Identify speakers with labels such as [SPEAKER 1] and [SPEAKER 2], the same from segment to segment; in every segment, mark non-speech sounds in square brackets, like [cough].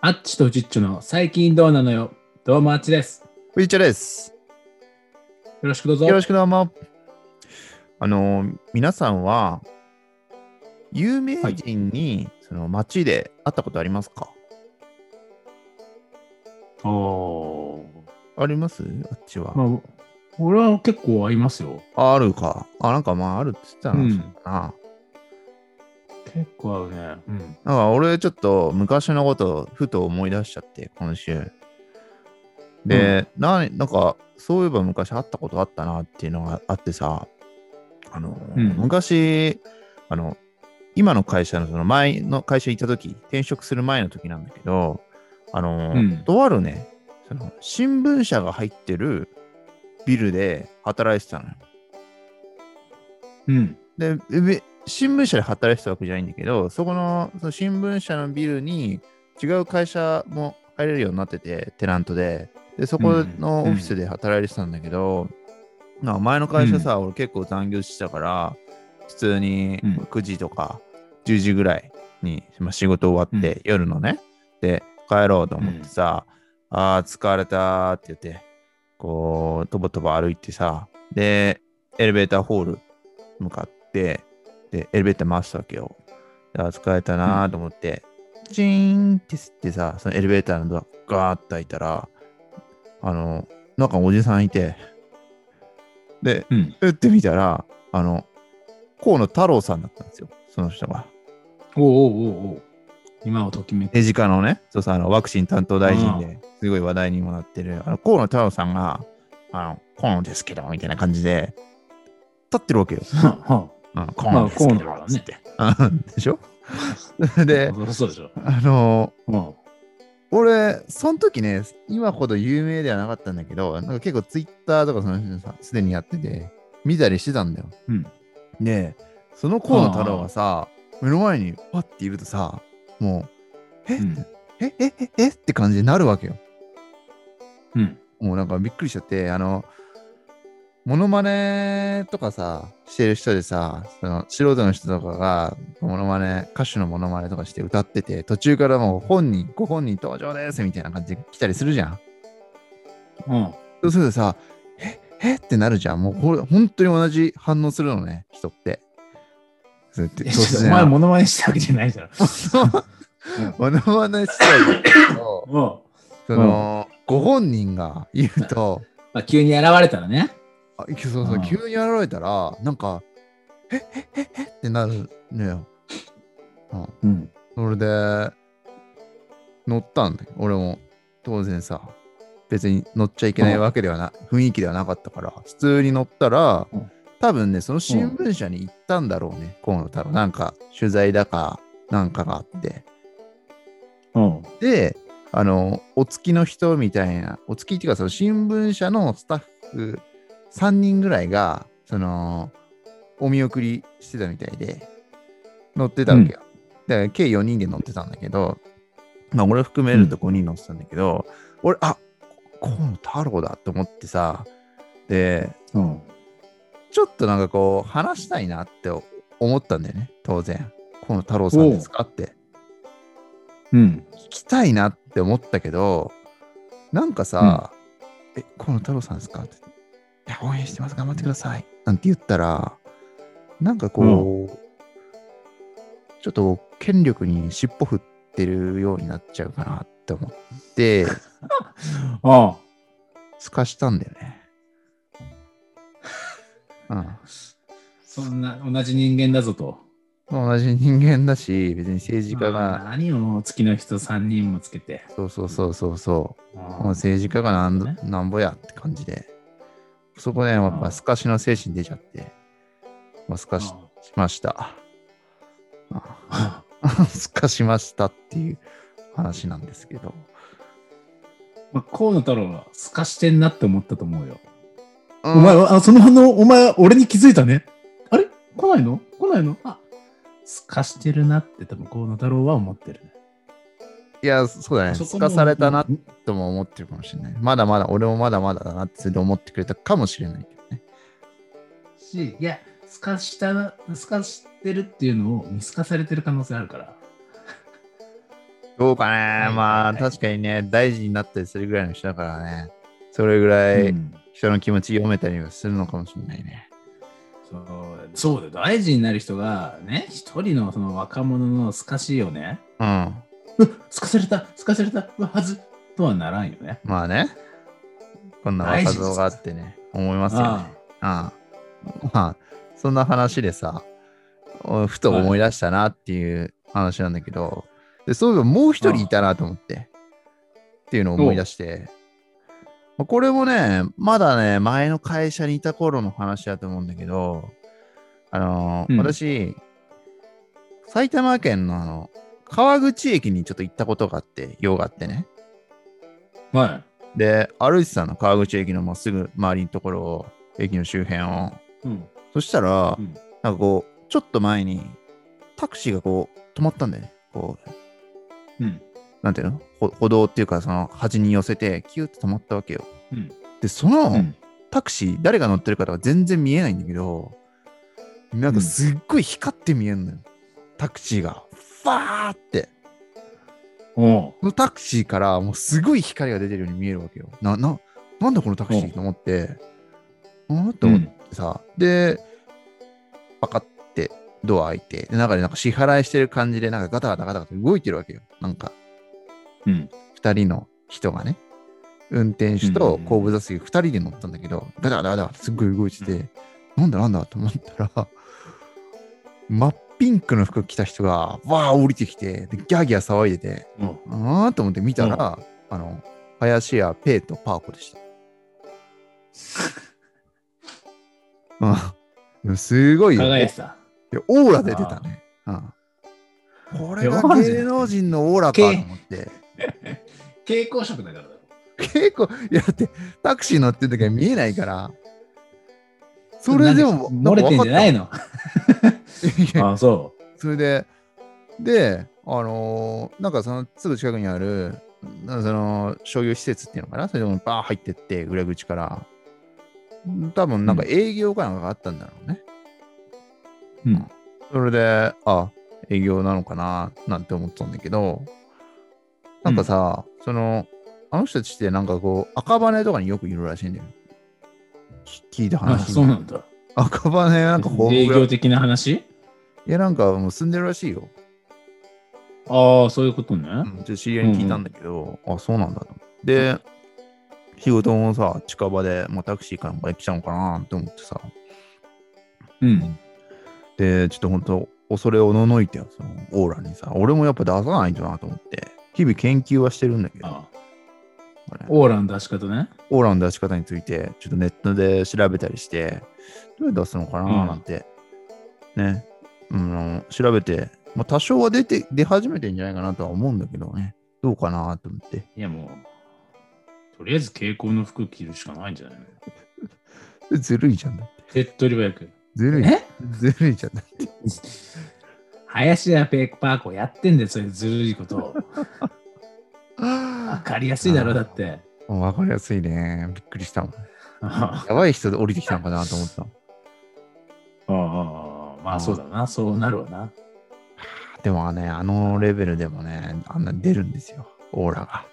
[SPEAKER 1] あっちとうちっちょの最近どうなのよ。どうもあっちです。
[SPEAKER 2] フィーチャーです。
[SPEAKER 1] よろしくどうぞ。
[SPEAKER 2] よろしくどうも。あのー、皆さんは、有名人に、その街で会ったことありますか
[SPEAKER 1] お
[SPEAKER 2] ありますあっちは。
[SPEAKER 1] ーまあ、俺は結構合いますよ。
[SPEAKER 2] ああるか。あ、なんかまああるって言ってた
[SPEAKER 1] う
[SPEAKER 2] な。
[SPEAKER 1] ん。
[SPEAKER 2] な
[SPEAKER 1] 結構合うね。うん。
[SPEAKER 2] なんか俺ちょっと昔のことふと思い出しちゃって、今週。で、ななんかそういえば昔会ったことあったなっていうのがあってさ、あの、
[SPEAKER 1] うん
[SPEAKER 2] 昔、あの、今の会社のその前の会社にいた時、転職する前の時なんだけど、あの、
[SPEAKER 1] うん
[SPEAKER 2] とあるね、その新聞社が入ってるビルで働いてたのよ。
[SPEAKER 1] うん。
[SPEAKER 2] で、うべ新聞社で働いてたわけじゃないんだけど、そこのその新聞社のビルに違う会社も入れるようになってて、テナントで。で、そこのオフィスで働いてたんだけど、なんか前の会社さ、俺結構残業してたから、普通に
[SPEAKER 1] うん
[SPEAKER 2] 9時とか10時ぐらいに、まあ、仕事終わって、
[SPEAKER 1] うん
[SPEAKER 2] 夜のね、で、帰ろうと思ってさ、ああ、疲れたーって言って、こう、とぼとぼ歩いてさ、で、エレベーターホール向かって、で、エレベーター回すわけよ。であー疲れたなーと思って、チーンって吸ってさ、そのエレベーターのドアガーッと開いたら、あの、なんかおじさんいて、で、
[SPEAKER 1] うん。
[SPEAKER 2] 打ってみたら、あの、河野太郎さんだったんですよ、その人が。
[SPEAKER 1] おおおうおうおう今をときめく。
[SPEAKER 2] デジカのね、そうそうあのワクチン担当大臣ですごい話題にもなってる、あの河野太郎さんが、あの、河野ですけど、みたいな感じで、立ってるわけよ。
[SPEAKER 1] は
[SPEAKER 2] うん、河野ですけど、
[SPEAKER 1] 河野だからね
[SPEAKER 2] つって。うんでしょ [laughs] で
[SPEAKER 1] あ、、そりゃ [laughs] そうでしょ。
[SPEAKER 2] あの
[SPEAKER 1] うん。
[SPEAKER 2] 俺、その時ね、今ほど有名ではなかったんだけど、なんか結構ツイッターとかその人さ、すでにやってて、見たりしてたんだよ。
[SPEAKER 1] うん。
[SPEAKER 2] で、その河野太郎がさ、目の前にパッているとさ、もう、え、
[SPEAKER 1] うん
[SPEAKER 2] え、え、え、えって感じになるわけよ。
[SPEAKER 1] うん。
[SPEAKER 2] もうなんかびっくりしちゃって、あの、モノマネとかさ、してる人でさ、その素人の人とかが、モノマネ、歌手のモノマネとかして歌ってて、途中からもう本人、ご本人登場ですみたいな感じで来たりするじゃん。
[SPEAKER 1] うん。
[SPEAKER 2] そうするとさ、ええってなるじゃん。もうほら本当に同じ反応するのね、人って。そうやって
[SPEAKER 1] え
[SPEAKER 2] 突
[SPEAKER 1] ちょっとお
[SPEAKER 2] 然
[SPEAKER 1] 前、モノマネしたわけじゃないじゃん。、
[SPEAKER 2] [laughs] モノマネしたりだけど
[SPEAKER 1] も
[SPEAKER 2] その、ご本人が言うと、
[SPEAKER 1] う、まあ、急に現れたらね。
[SPEAKER 2] あいけそうそううん急に現れたらなんか「ええええってなるのよ。うん、
[SPEAKER 1] うん。
[SPEAKER 2] それで乗ったんだよ俺も当然さ別に乗っちゃいけないわけではな、雰囲気ではなかったから普通に乗ったら、
[SPEAKER 1] うん
[SPEAKER 2] 多分ねその新聞社に行ったんだろうね、河野太郎なんか取材だかなんかがあって
[SPEAKER 1] うん。
[SPEAKER 2] であのお付きの人みたいなお付きっていうかその新聞社のスタッフ3人ぐらいがそのお見送りしてたみたいで乗ってたわけよ、だから計4人で乗ってたんだけどまあ俺含めると5人乗ってたんだけど、俺あ河野太郎だと思ってさで
[SPEAKER 1] うん。
[SPEAKER 2] ちょっとなんかこう話したいなって思ったんだよね当然河野太郎さんですかって
[SPEAKER 1] うん。
[SPEAKER 2] 聞きたいなって思ったけどなんかさ「え河野太郎さんですか?」って「いや応援してます頑張ってください」なんて言ったらなんかこう、ちょっと権力に尻尾振ってるようになっちゃうかなって思って
[SPEAKER 1] あ
[SPEAKER 2] すかしたんだよ [laughs] ね。うん
[SPEAKER 1] そんな、同じ人間だぞと。
[SPEAKER 2] 同じ人間だし別に政治家
[SPEAKER 1] あ
[SPEAKER 2] が
[SPEAKER 1] ー何をもう月の人3人もつけて。
[SPEAKER 2] そうそうそうそうそうもう
[SPEAKER 1] あー
[SPEAKER 2] 政治家がなん,、
[SPEAKER 1] ね
[SPEAKER 2] なんぼやって感じで、そこね、やっぱすかしの精神出ちゃって、まあ、すかししました。
[SPEAKER 1] あ
[SPEAKER 2] [laughs] あすかしましたっていう話なんですけど。
[SPEAKER 1] ーまあ、河野太郎はすかしてんなって思ったと思うよ。
[SPEAKER 2] う
[SPEAKER 1] お前は、あその反応、お前、俺に気づいたね。あれ来ないの来ないのあすかしてるなって多分河野太郎は思ってるね。
[SPEAKER 2] いや、そうだね。
[SPEAKER 1] そこ
[SPEAKER 2] す
[SPEAKER 1] も
[SPEAKER 2] かされたな
[SPEAKER 1] もう
[SPEAKER 2] とも思ってるかもしれない。まだまだ、俺もまだまだだなってそれで思ってくれたかもしれないけどね。
[SPEAKER 1] し、いや、すかしたな、すかしてるっていうのを見透かされてる可能性あるから。
[SPEAKER 2] どうかね、ま
[SPEAKER 1] は
[SPEAKER 2] あ
[SPEAKER 1] い
[SPEAKER 2] 確かにね、大事になったりするぐらいの人だからね、それぐら
[SPEAKER 1] う
[SPEAKER 2] い
[SPEAKER 1] ん
[SPEAKER 2] 人の気持ち読めたりはするのかもしれないね。
[SPEAKER 1] そうそうだよ、大事になる人がね、一人のその若者の透かしをね、
[SPEAKER 2] うん。
[SPEAKER 1] うっ透かされた、透かされた、うわはずとはならんよね。
[SPEAKER 2] まあね、こんな若造があってね、思いますよね。ああまあ、そんな話でさ、おふと思い出したなっていう話なんだけど、でそういえばもう一人いたなと思って、っていうのを思い出して、まあこれもね、まだね、前の会社にいた頃の話だと思うんだけど、あのー
[SPEAKER 1] うん
[SPEAKER 2] 私、埼玉県のあの川口駅にちょっと行ったことがあって、用があってね。
[SPEAKER 1] は
[SPEAKER 2] で、歩いてたの、川口駅のまっすぐ周りのところを、駅の周辺を。
[SPEAKER 1] い。うん。
[SPEAKER 2] そしたら、
[SPEAKER 1] うん
[SPEAKER 2] なんかこう、ちょっと前に、タクシーがこう、止まったんだよね。こう、
[SPEAKER 1] うん。
[SPEAKER 2] なんていうのほ歩道っていうか、その端に寄せて、キューって止まったわけよ。
[SPEAKER 1] うん。
[SPEAKER 2] で、その、
[SPEAKER 1] うん
[SPEAKER 2] タクシー、誰が乗ってるかとか全然見えないんだけど、なんかすっごい光って見えるのよ。タクシーが、ファーって。
[SPEAKER 1] おう
[SPEAKER 2] このタクシーからもうすごい光が出てるように見えるわけよ。な、な、なんだこのタクシ
[SPEAKER 1] うん
[SPEAKER 2] ーと思って、うんと思ってさ、で、パカってドア開いて、で、中でなんか支払いしてる感じで、なんかガタガタガタガタ動いてるわけよ。なんか、
[SPEAKER 1] うん。
[SPEAKER 2] 二人の人がね、運転手
[SPEAKER 1] うんうんう
[SPEAKER 2] と
[SPEAKER 1] ん
[SPEAKER 2] 後部座席二人で乗ったんだけど、ガタガタガタガタすっごい動いてて、なんだなんだと思ったら、真っピンクの服着た人が、わー降りてきて、でギャーギャー騒いでて、
[SPEAKER 1] おう
[SPEAKER 2] あーと思って見たら、あの、林家ペイとパーコでした。うん、すごいよ。
[SPEAKER 1] 輝いてた。
[SPEAKER 2] でオーラ出てたね。うんこれが芸能人のオーラかと思って。
[SPEAKER 1] 蛍光色だからだろ。
[SPEAKER 2] 結構、いやだって、タクシー乗ってる時は見えないから、それでも、
[SPEAKER 1] なんか漏れてんじゃない
[SPEAKER 2] の
[SPEAKER 1] のあ、そ
[SPEAKER 2] それで、で、あのーなんかそのすぐ近くにある、なその商業施設っていうのかな、それでもバー入ってって、裏口から、多分なんか営業かなんかがあったんだろうね。
[SPEAKER 1] う。うん。
[SPEAKER 2] それで、あ、営業なのかな、なんて思ったんだけど、なんかさ、その、あの人たちってなんかこう、赤羽とかによくいるらしいんだよ。き聞いた
[SPEAKER 1] あ、
[SPEAKER 2] 話に。
[SPEAKER 1] そうなんだ。
[SPEAKER 2] 赤羽なんかホ
[SPEAKER 1] 営
[SPEAKER 2] ームグラウ
[SPEAKER 1] 業
[SPEAKER 2] ンド
[SPEAKER 1] 的な話
[SPEAKER 2] いや、なんかもう住んでるらしいよ。
[SPEAKER 1] ああ、そういうことね。
[SPEAKER 2] うん、ちょっと知り合いに聞いたんだけど、あ、そうなんだと思って。で、仕事もさ、近場で、まあ、タクシーかなんかで来ちゃうのかなと思ってさ、
[SPEAKER 1] うん。
[SPEAKER 2] で、ちょっと本当恐れおののいてよ、そのオーラにさ、俺もやっぱ出さないとなと思って、日々研究はしてるんだけど、
[SPEAKER 1] ああ
[SPEAKER 2] これ
[SPEAKER 1] オーラの出し方ね。
[SPEAKER 2] オーラの出し方について、ちょっとネットで調べたりして、どうやって出すのかななんて、ね、うん、調べて、まあ、多少は出て、出始めてんじゃないかなとは思うんだけどね、どうかなと思って。
[SPEAKER 1] いや、もう、とりあえず蛍光の服着るしかないんじゃないの
[SPEAKER 2] ずるいじゃんだって。
[SPEAKER 1] 手っ取り早く。
[SPEAKER 2] ずるい。
[SPEAKER 1] え
[SPEAKER 2] ずるいじゃんだって。
[SPEAKER 1] 林家ペーパーコやってんだよ、そういうずるいことを。わ
[SPEAKER 2] わ
[SPEAKER 1] かりやすいだろ、だって。
[SPEAKER 2] かりやすいね。びっくりしたもん。
[SPEAKER 1] [laughs] あ
[SPEAKER 2] やばい人で降りてきたのかなと思った。
[SPEAKER 1] あああ、まあそうだな、そうなるわな。
[SPEAKER 2] でもね、あのレベルでもね、あんな出るんですよ。オーラが。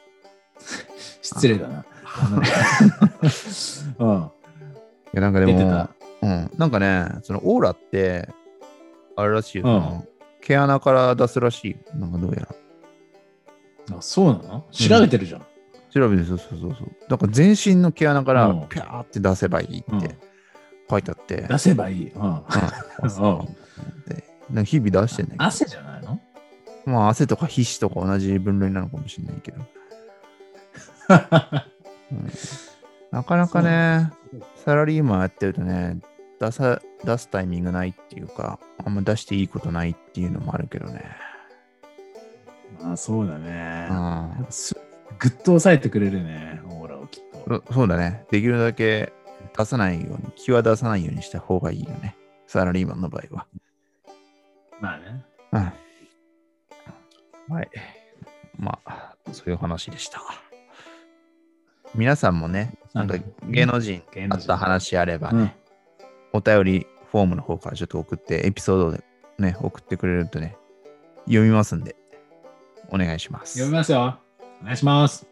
[SPEAKER 1] 失礼だな。 [laughs] うん
[SPEAKER 2] いや、なんかで
[SPEAKER 1] 出
[SPEAKER 2] も、
[SPEAKER 1] てた。
[SPEAKER 2] うん。なんかね、そのオーラって、あれらしいよ。
[SPEAKER 1] うん
[SPEAKER 2] その毛穴から出すらしい。なんかどうやら。
[SPEAKER 1] あそうなの調べてるじゃん。
[SPEAKER 2] 調べて、そうそうそうそう。なんか全身の毛穴か
[SPEAKER 1] う
[SPEAKER 2] ら
[SPEAKER 1] ん
[SPEAKER 2] ピャーって出せばいい
[SPEAKER 1] うん
[SPEAKER 2] って書いてあって。
[SPEAKER 1] 出せばいい。うん
[SPEAKER 2] うん
[SPEAKER 1] [laughs]
[SPEAKER 2] でなんか日々出してんだけど。
[SPEAKER 1] 汗じゃないの
[SPEAKER 2] まあ、汗とか皮脂とか同じ分類なのかもしれないけど。うんなかなかね、サラリーマンやってるとね、出さ、出すタイミングないっていうか、あんま出していいことないっていうのもあるけどね。
[SPEAKER 1] まあそうだ
[SPEAKER 2] う
[SPEAKER 1] ね。やっ
[SPEAKER 2] ん
[SPEAKER 1] ぱすぐっと抑えてくれるね、オーラをきっと。
[SPEAKER 2] そそうだね。できるだけ出さないように、気は出さないようにした方がいいよね。サラリーマンの場合は。
[SPEAKER 1] まあね。
[SPEAKER 2] うん。はい。まあ、そういう話でした。皆さんもね、なんか芸能人
[SPEAKER 1] 芸
[SPEAKER 2] あ
[SPEAKER 1] 能
[SPEAKER 2] っ
[SPEAKER 1] 人
[SPEAKER 2] た話あれば
[SPEAKER 1] う
[SPEAKER 2] ね、
[SPEAKER 1] ん
[SPEAKER 2] お便りフォームの方からちょっと送って、エピソードでね、送ってくれるとね、読みますんで、お願いします。
[SPEAKER 1] 読みますよ。お願いします。